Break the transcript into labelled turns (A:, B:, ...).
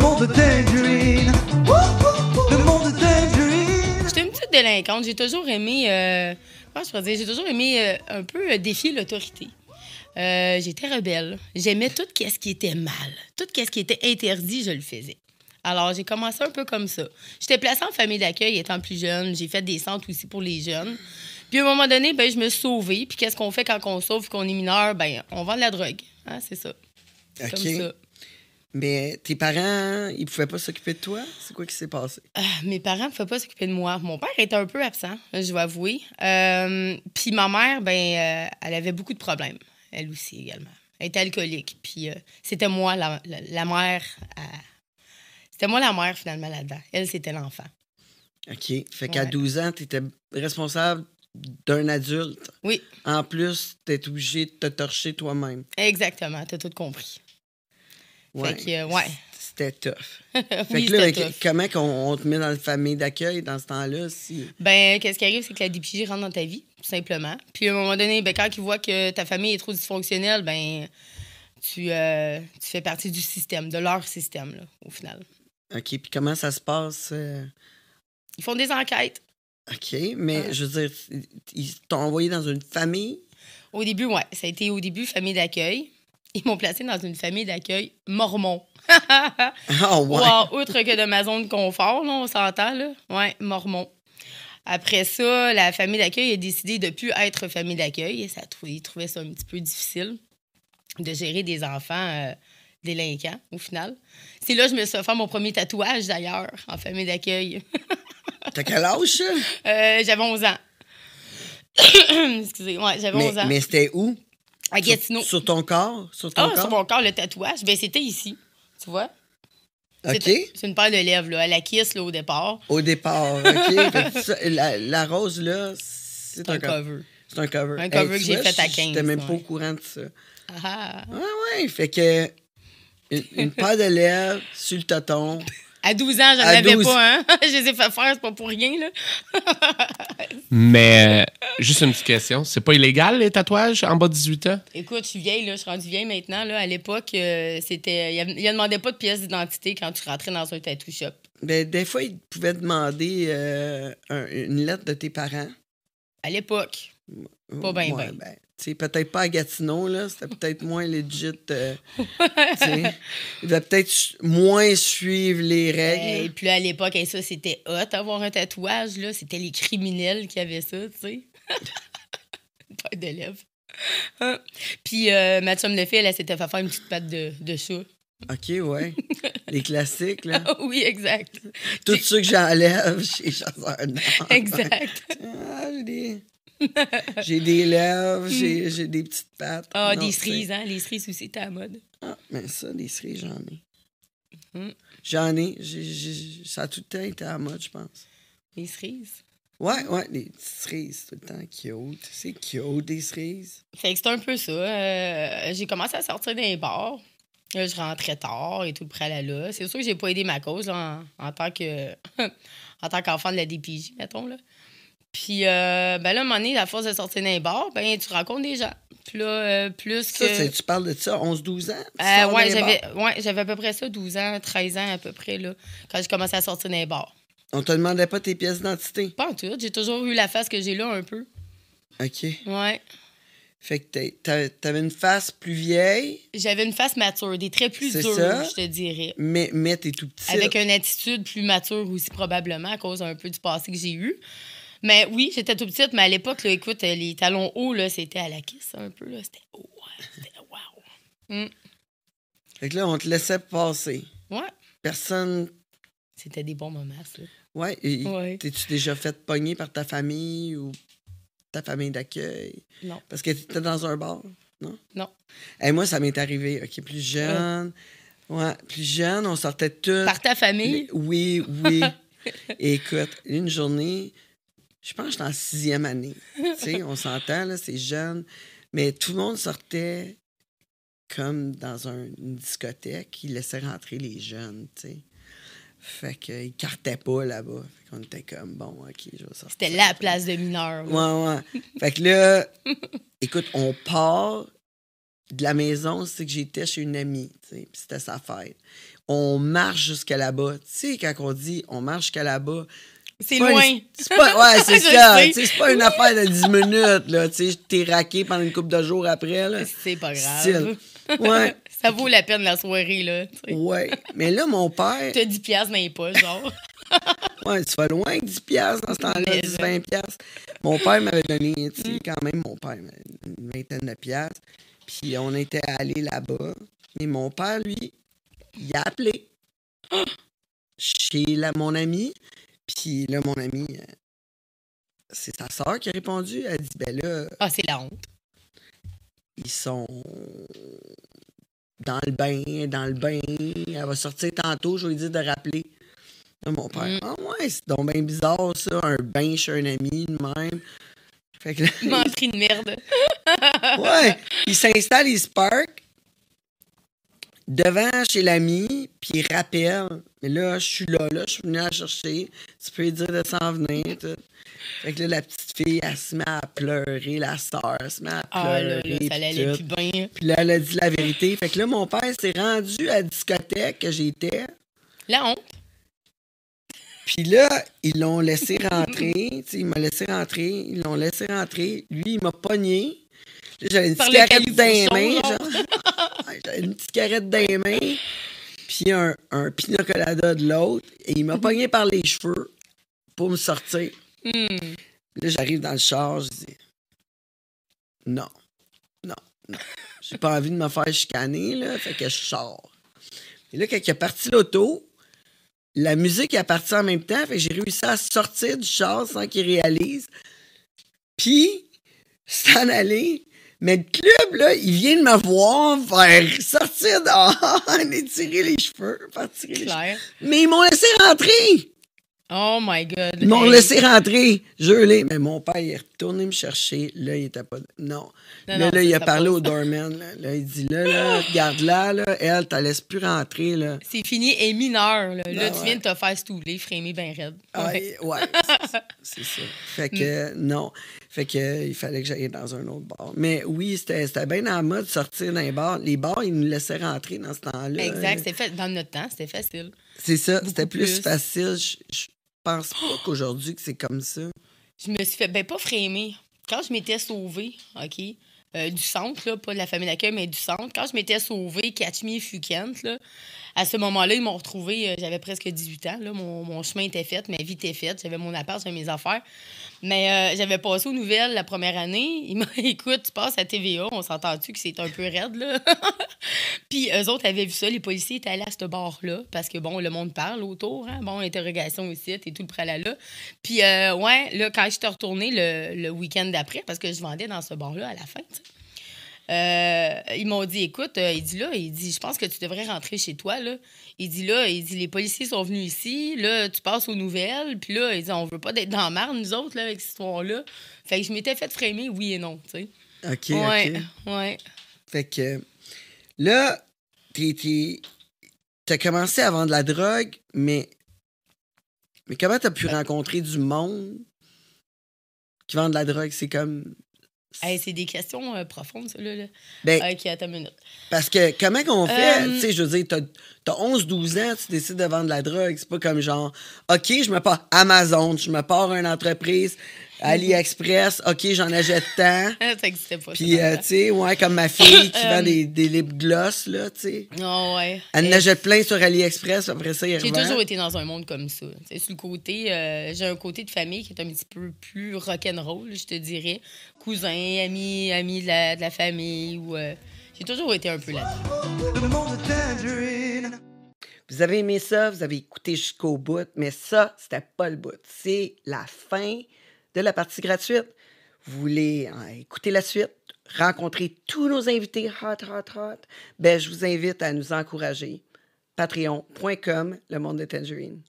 A: monde tangerine. Wouh, wouh, wouh. Le monde tangerine.
B: J'étais une petite délinquante. J'ai toujours aimé, euh, comment je pourrais dire, j'ai toujours aimé euh, un peu euh, défier l'autorité. Euh, j'étais rebelle. J'aimais tout ce qui était mal. Tout ce qui était interdit, je le faisais. Alors, j'ai commencé un peu comme ça. J'étais placée en famille d'accueil étant plus jeune. J'ai fait des centres aussi pour les jeunes. Puis, à un moment donné, ben, je me suis sauvée. Puis, qu'est-ce qu'on fait quand on sauve, qu'on est mineur? Ben, on vend de la drogue. Hein, c'est ça.
C: OK.
B: Comme ça.
C: Mais tes parents, ils pouvaient pas s'occuper de toi? C'est quoi qui s'est passé?
B: Ah, mes parents ne pouvaient pas s'occuper de moi. Mon père était un peu absent, je dois avouer. Euh, puis ma mère, ben, euh, elle avait beaucoup de problèmes, elle aussi également. Elle était alcoolique. Puis euh, c'était moi, la, la- la mère. à- C'était moi la mère, finalement, là-dedans. Elle, c'était l'enfant.
C: OK. Fait qu'à
B: Ouais.
C: 12 ans, tu étais responsable d'un adulte.
B: Oui.
C: En plus, tu es obligé de te torcher toi-même.
B: Exactement, t'as tout compris.
C: Ouais.
B: Fait que, euh, ouais.
C: C'était tough. Fait
B: Oui,
C: que là,
B: c'était
C: ben,
B: tough.
C: comment qu'on on te met dans la famille d'accueil dans ce temps-là? Si...
B: Ben, qu'est-ce qui arrive, c'est que la DPJ rentre dans ta vie, tout simplement. Puis à un moment donné, ben, quand ils voient que ta famille est trop dysfonctionnelle, ben, tu, euh, tu fais partie du système, de leur système, là, au final.
C: OK. Puis comment ça se passe? euh,
B: Ils font des enquêtes.
C: OK. Mais
B: Ah.
C: je veux dire, ils t'ont envoyé dans une famille?
B: Au début, ouais, ça a été au début famille d'accueil. Ils m'ont placée dans une famille d'accueil mormon.
C: Ah, ouais.
B: Ouah, autre que de ma zone de confort, là, on s'entend, là. Ouais, mormon. Après ça, la famille d'accueil a décidé de ne plus être famille d'accueil. Et ça, trou- ils trouvaient ça un petit peu difficile de gérer des enfants euh, délinquants, au final. C'est là que je me suis offert mon premier tatouage, d'ailleurs, en famille d'accueil.
C: T'as quel âge? ça?
B: Euh, j'avais 11 ans. Excusez, ouais, j'avais
C: Mais,
B: 11 ans.
C: mais c'était où?
B: à
C: Sur-
B: Gatineau.
C: Sur, ton corps? Sur ton
B: Ah,
C: corps?
B: sur mon corps, le tatouage, ben c'était ici. Tu vois?
C: OK.
B: C'est- C'est une paire de lèvres, là. À la kiss, là, au départ.
C: Au départ, OK. Fait que ça, la, la rose, là, c'est
B: C'est un
C: un cover.
B: cover.
C: C'est un cover.
B: Un cover
C: tu
B: que j'ai
C: vois,
B: fait à
C: je-
B: 15,
C: J'étais même pas
B: ouais.
C: au courant de ça.
B: Ah, ah.
C: Ah ouais, fait que une, une paire de lèvres sur le tonton.
B: À 12 ans, j'en
C: À
B: avais
C: 12.
B: pas, hein? Je les ai fait faire, c'est pas pour rien, là.
D: Mais euh, juste une petite question. C'est pas illégal les tatouages en bas de 18 ans?
B: Écoute, je suis vieille, là. Je suis rendue vieille maintenant, là. À l'époque, euh, c'était. Il ne demandait pas de pièce d'identité quand tu rentrais dans un tattoo shop.
C: Ben, des fois, ils pouvaient demander euh, un- une lettre de tes parents.
B: À l'époque. Pas ben, ben.
C: tu sais, peut-être pas à Gatineau, là. C'était peut-être moins legit. euh, tu sais. Ils devaient peut-être su- moins suivre les
B: Euh, Et
C: règles.
B: puis là, à l'époque, hey, ça, c'était hot, avoir un tatouage, là. C'était les criminels qui avaient ça, tu sais. Une paire de lèvres. Hein? Puis euh, ma chum de fille, elle, elle s'était fait faire une petite patte de, de chat.
C: OK, ouais. les classiques, là.
B: oui, exact.
C: Tout ce que j'enlève chez Chasseur Nord.
B: Exact.
C: Ah, j'ai des... j'ai des lèvres, j'ai j'ai des petites pattes.
B: Hmm. Ah,
C: Non,
B: des
C: c'est-
B: cerises, hein? Les cerises aussi, t'es à la mode.
C: Ah, mais ça, des cerises, j'en ai.
B: Mm.
C: J'en ai, j'ai- j'ai- Ça a tout le temps été à la mode, je pense.
B: Les cerises.
C: Ouais, ouais, des petites cerises, tout le temps cute. C'est cute, des cerises.
B: Fait que c'est un peu ça. Euh, j'ai commencé à sortir d'un bars. Là, je rentrais tard et tout le prêt à là. C'est sûr que j'ai pas aidé ma cause là, en, en tant que en tant qu'enfant de la DPJ, mettons. Là. Puis euh, ben là, à un moment donné, à force de sortir d'un bar, ben tu rencontres des gens. Puis là, euh, plus que.
C: Ça, c'est- tu parles de ça, 11-12 ans? tu
B: Euh,
C: sors
B: ouais,
C: d'un bar.
B: j'avais ouais, j'avais à peu près ça, 12 ans, 13 ans à peu près, là, quand j'ai commencé à sortir d'un bar.
C: On te demandait pas tes pièces d'identité.
B: Pas en tout, j'ai toujours eu la face que j'ai là un peu.
C: OK.
B: Ouais.
C: Fait que t'as- t'as- t'avais une face plus vieille,
B: J'avais une face mature, des traits plus
C: C'est
B: durs,
C: ça.
B: je te dirais.
C: mais, mais t'es tout petit.
B: Avec une attitude plus mature aussi, probablement, à cause un peu du passé que j'ai eu. Mais oui, j'étais tout petite, mais à l'époque, là, écoute, euh, les talons hauts, là, c'était à la kiss un peu. là. C'était haut, ouais, c'était wow.
C: Fait que là, on te laissait passer.
B: Ouais,
C: Personne.
B: c'était des bons moments, ça.
C: Ouais. et-
B: Ouais.
C: T'es-tu déjà fait pogner par ta famille ou ta famille d'accueil?
B: Non.
C: Parce que t'étais dans un bar, non?
B: Non.
C: Et moi, ça m'est arrivé. OK, plus jeune. Ouais, plus jeune, on sortait tous.
B: Par ta famille?
C: Oui, oui. Écoute, une journée, je pense que j'étais en sixième année. tu sais, on s'entend, là, c'est jeune. Mais tout le monde sortait comme dans un- une discothèque. Ils laissaient rentrer les jeunes, tu sais. Fait qu'ils cartaient pas là-bas. Fait qu'on était comme, bon, OK, je vais sortir.
B: C'était la place de mineur. là.
C: Ouais, ouais. Fait que là, écoute, on part. de la maison, c'est que j'étais chez une amie, tu sais, puis c'était sa fête. On marche jusqu'à là-bas. Tu sais, quand on dit on marche jusqu'à là-bas,
B: C'est
C: pas
B: loin.
C: une- c'est pas, ouais, c'est
B: Je
C: ça.
B: sais.
C: tu sais, C'est pas une affaire de 10 minutes, là. Tu sais, t'es raqué pendant une couple de jours après, là.
B: C'est pas grave.
C: Style. Ouais.
B: Ça vaut la peine la soirée, là. tu sais.
C: Ouais. Mais là, mon père,
B: T'as 10 piastres dans les poches, genre.
C: ouais, tu vas loin que 10 piastres dans ce temps-là,
B: Mais
C: 10,
B: là.
C: 20 piastres. Mon père m'avait donné, tu sais, quand même, mon père, une vingtaine de piastres. Puis on était allés là-bas. Et mon père, lui, il a appelé chez la, mon ami. Puis là, mon ami, euh, c'est sa soeur qui a répondu. Elle dit, ben là...
B: Ah, c'est la honte.
C: ils sont dans le bain, dans le bain. Elle va sortir tantôt, je vais lui dire de rappeler. Là, mon père,
B: Mm.
C: ah ouais, c'est donc bien bizarre ça, un bain chez un ami de même. Fait que là,
B: Menterie de merde.
C: ouais, il s'installe, il se park devant chez l'ami, puis il rappelle. Mais là, je suis là, là, je suis venu la chercher. Tu peux lui dire de s'en venir. tout. Fait que là, la petite fille, elle se met à pleurer, la sœur elle se met à pleurer.
B: Ah, là, là, ça
C: puis
B: l'allait plus
C: tout.
B: bien.
C: Puis là, elle a dit la vérité. Fait que là, mon père s'est rendu à la discothèque que j'étais.
B: La honte.
C: Puis là, ils l'ont laissé rentrer. Tu sais, il m'a laissé rentrer. Ils l'ont laissé rentrer. Lui, il m'a pogné. Là, j'avais une
B: Par
C: petite
B: le
C: carrette dans les
B: capuchon,
C: mains.
B: genre.
C: genre. Ouais, j'avais une petite carrette dans les mains. Puis un, un pina colada de l'autre. Et il
B: Mhm.
C: m'a pogné par les cheveux pour me sortir.
B: Hmm.
C: Là, j'arrive dans le char, je dis Non, non, non. J'ai pas envie de me faire chicaner, là, fait que je sors. Et là, quand il est parti l'auto, la musique est partie en même temps, fait que j'ai réussi à sortir du char sans qu'il réalise. Puis, s'en aller. Mais le club, là, il vient de me voir faire sortir dehors, étirer les cheveux, faire tirer les cheveux.
B: Claire.
C: Mais ils m'ont laissé rentrer!
B: Oh my God.
C: Ils m'ont
B: Hey.
C: laissé rentrer. Je l'ai. Mais mon père, il est retourné me chercher. Là, il était pas. Non.
B: Non,
C: là,
B: non,
C: là, il
B: ça,
C: a
B: ça
C: parlé
B: passe.
C: au doorman. Là. Là, il dit là, là, regarde là, là, elle, t'as laisse plus rentrer, là.
B: C'est fini et mineur. Là, Là,
C: Ah,
B: tu
C: ouais.
B: viens de te faire stouler, frémer ben raide.
C: Ah,
B: Ouais. Mm.
C: il- ouais, c'est c'est ça. Fait que, non. Fait que, euh, il fallait que j'aille dans un autre bar. Mais oui, c'était c'était bien en mode sortir d'un bar. Les bars, ils nous laissaient rentrer dans ce temps-là.
B: Exact. C'était fait dans notre temps, c'était facile.
C: C'est ça. C'était
B: Beaucoup
C: plus,
B: plus.
C: facile. Je, je pense pas qu'aujourd'hui que c'est comme ça.
B: Je me suis fait, ben pas frémer. Quand je m'étais sauvée, OK, euh, du centre, là, pas de la famille d'accueil, mais du centre, quand je m'étais sauvée, Catch Me If You Can't, là, à ce moment-là, ils m'ont retrouvée, euh, j'avais presque 18 ans, là, mon, mon chemin était fait, ma vie était faite, j'avais mon appart, j'avais mes affaires. Mais euh, j'avais passé aux nouvelles la première année. Ils m'ont dit, écoute, tu passes à TVA, on s'entend-tu que c'est un peu raide, là? Puis eux autres avaient vu ça, les policiers étaient allés à ce bar-là, parce que bon, le monde parle autour, hein? bon, interrogation aussi, et tout le pralala. Puis euh, ouais, là, quand j'étais retournée le, le week-end d'après, parce que je vendais dans ce bar-là à la fin, tu sais, euh, ils m'ont dit, écoute, euh, il dit là, il dit, je pense que tu devrais rentrer chez toi, là. Il dit là, il dit, les policiers sont venus ici, là, tu passes aux nouvelles, puis là, il dit, on veut pas d'être dans la marre, nous autres, là, avec cette histoire-là. Fait que je m'étais fait frémer, oui et non, tu sais.
C: OK.
B: ouais,
C: OK.
B: ouais.
C: Fait que là, t'es- t'es- t'as commencé à vendre de la drogue, mais, mais comment t'as pu rencontrer du monde qui vend de la drogue? C'est comme.
B: Hey, c'est des questions euh, profondes, ça, là. là.
C: Ben,
B: Ok, attends une minute.
C: parce que comment qu'on fait?
B: Euh,
C: Tu sais, je veux dire, t'as- t'as 11-12 ans, tu décides de vendre de la drogue. C'est pas comme genre, OK, je me pars Amazon, je me pars une entreprise, AliExpress, OK, j'en achète tant.
B: Ah, ça n'existait pas. ça,
C: Puis,
B: dans le
C: euh,
B: temps.
C: tu sais, ouais, comme ma fille qui vend
B: Euh,
C: des, des lip gloss, là, tu sais.
B: Ah ouais.
C: Elle
B: Et-
C: en jette plein sur AliExpress, après ça, il
B: J'ai
C: revend.
B: toujours été dans un monde comme ça. Tu sais, sur le côté, euh, j'ai un côté de famille qui est un petit peu plus rock'n'roll, je te dirais. Cousins, amis, amis de la, de la famille. ou euh, J'ai toujours été un peu là-dedans.
A: Le monde de tangerine.
C: Vous avez aimé ça, vous avez écouté jusqu'au bout, mais ça, c'était pas le bout. C'est la fin de la partie gratuite. Vous voulez euh, écouter la suite, rencontrer tous nos invités hot, hot, hot, ben, je vous invite à nous encourager. Patreon.com, le monde de Tangerine.